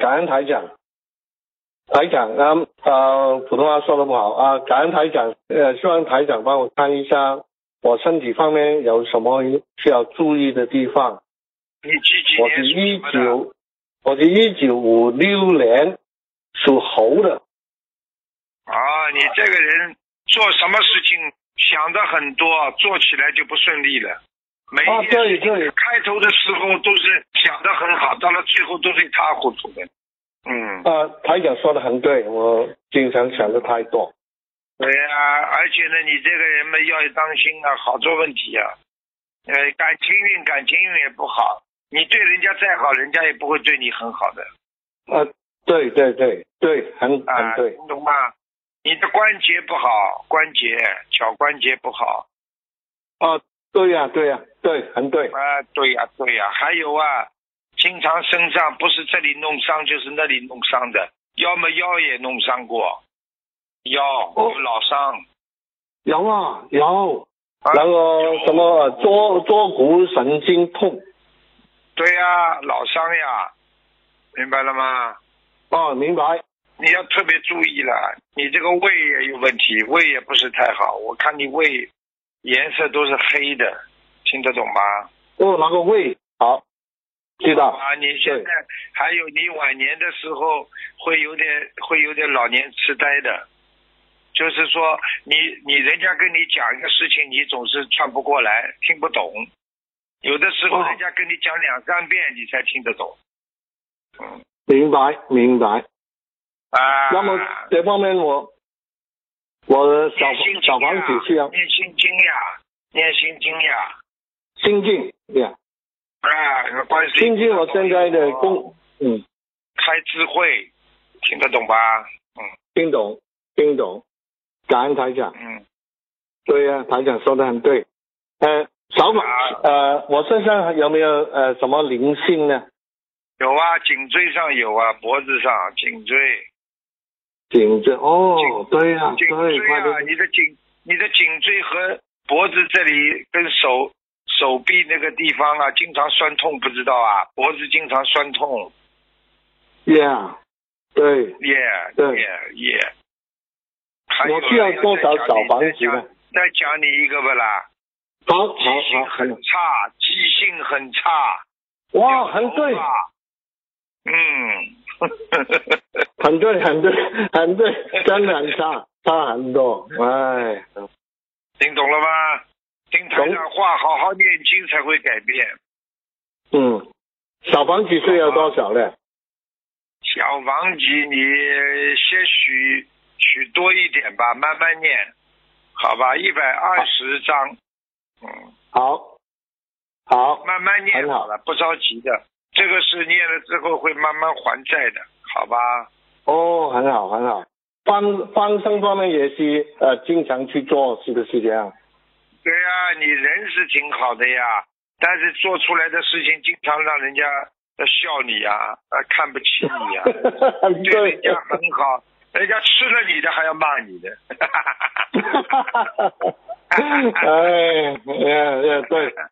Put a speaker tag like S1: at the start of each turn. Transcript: S1: 感恩台长，台长啊呃普通话说的不好啊，感恩台长，呃希望台长帮我看一下我身体方面有什么需要注意的地方。
S2: 你几几
S1: 我
S2: 年
S1: 是
S2: 属什
S1: 一
S2: 么的？
S1: 九，我是一九五六年属猴的，
S2: 啊，你这个人做什么事情想的很多，做起来就不顺利了。每
S1: 啊
S2: 一件
S1: 对
S2: 事情
S1: 对
S2: 开头的时候都是想的很好，到了最后都是一塌糊涂的。嗯，
S1: 啊台长说的很对，我经常想的太多。
S2: 对呀、而且呢，你这个人嘛要当心啊，好多问题啊。呃，感情运感情运也不好，你对人家再好，人家也不会对你很好的。
S1: 啊，对对对对，很
S2: 啊，
S1: 很嗯对，
S2: 你懂吗？你的关节不好，关节小关节不好
S1: 啊，对呀、对呀、对，很对，
S2: 啊，对呀、对呀、还有啊，经常身上不是这里弄伤就是那里弄伤的，要么腰也弄伤过，腰
S1: 哦
S2: 有老伤，
S1: 有啊有，
S2: 啊
S1: 然后
S2: 有
S1: 什么呃坐坐骨神经痛，
S2: 对呀、老伤呀，明白了吗？
S1: 哦，明白，
S2: 你要特别注意了，你这个胃也有问题，胃也不是太好，我看你胃颜色都是黑的，听得懂吗？
S1: 哦，那个胃好，知道，
S2: 啊，你现在还有你晚年的时候会有点会有点老年痴呆的，就是说你你人家跟你讲一个事情，你总是转不过来，听不懂。有的时候
S1: 哦
S2: 人家跟你讲两三遍，你才听得懂。嗯
S1: 明白明白。
S2: 啊，
S1: 那么这方面我我小
S2: 念心经
S1: 小
S2: 呀
S1: 房子需要
S2: 念心经呀，念心经呀，
S1: 心境，对呀，
S2: 啊，关系
S1: 心境我现在的工，嗯，
S2: 哦开智慧，听得懂吧？
S1: 听懂听懂，感恩台长。
S2: 嗯，
S1: 对呀、台长说的很对。呃，小马
S2: 啊，
S1: 呃，我身上有没有呃什么灵性呢？
S2: 有啊，颈椎上有啊，脖子上颈椎。
S1: 颈椎哦
S2: 颈，啊
S1: 对呀、
S2: 颈
S1: 对，
S2: 椎
S1: 快
S2: 啊，
S1: 点，
S2: 你的颈、你的颈椎和脖子这里跟手、手臂那个地方啊，经常酸痛，不知道啊？脖子经常酸痛，
S1: ，Yeah，对，
S2: 耶
S1: 对
S2: 耶耶。还有
S1: 我需要多少小房子呢？
S2: 再讲你一个吧啦，
S1: 好好
S2: 记性
S1: 好，
S2: 很
S1: 好
S2: 差，记性很差。
S1: 哇，很对，
S2: 掉头发。 嗯。
S1: 很对，很对， 很对，真的很差，差很多，哎，
S2: 听懂了吗？听台长话，好好念经才会改变。
S1: 嗯，小房子需要多少呢？
S2: 小房子，你先许许多一点吧，慢慢念，好吧？一百二十章，嗯，
S1: 好，好，
S2: 慢慢念
S1: 很好
S2: 了，不着急的。这个是念了之后会慢慢还债的，好吧？
S1: 哦，很好，很好。放放生方面也是呃经常去做，是不是这样？
S2: 对呀、你人是挺好的呀，但是做出来的事情经常让人家呃笑你呀、呃看不起 你啊呀、对人家很好，人家吃了你的还要骂你的。
S1: 哎哎，呀呀，对，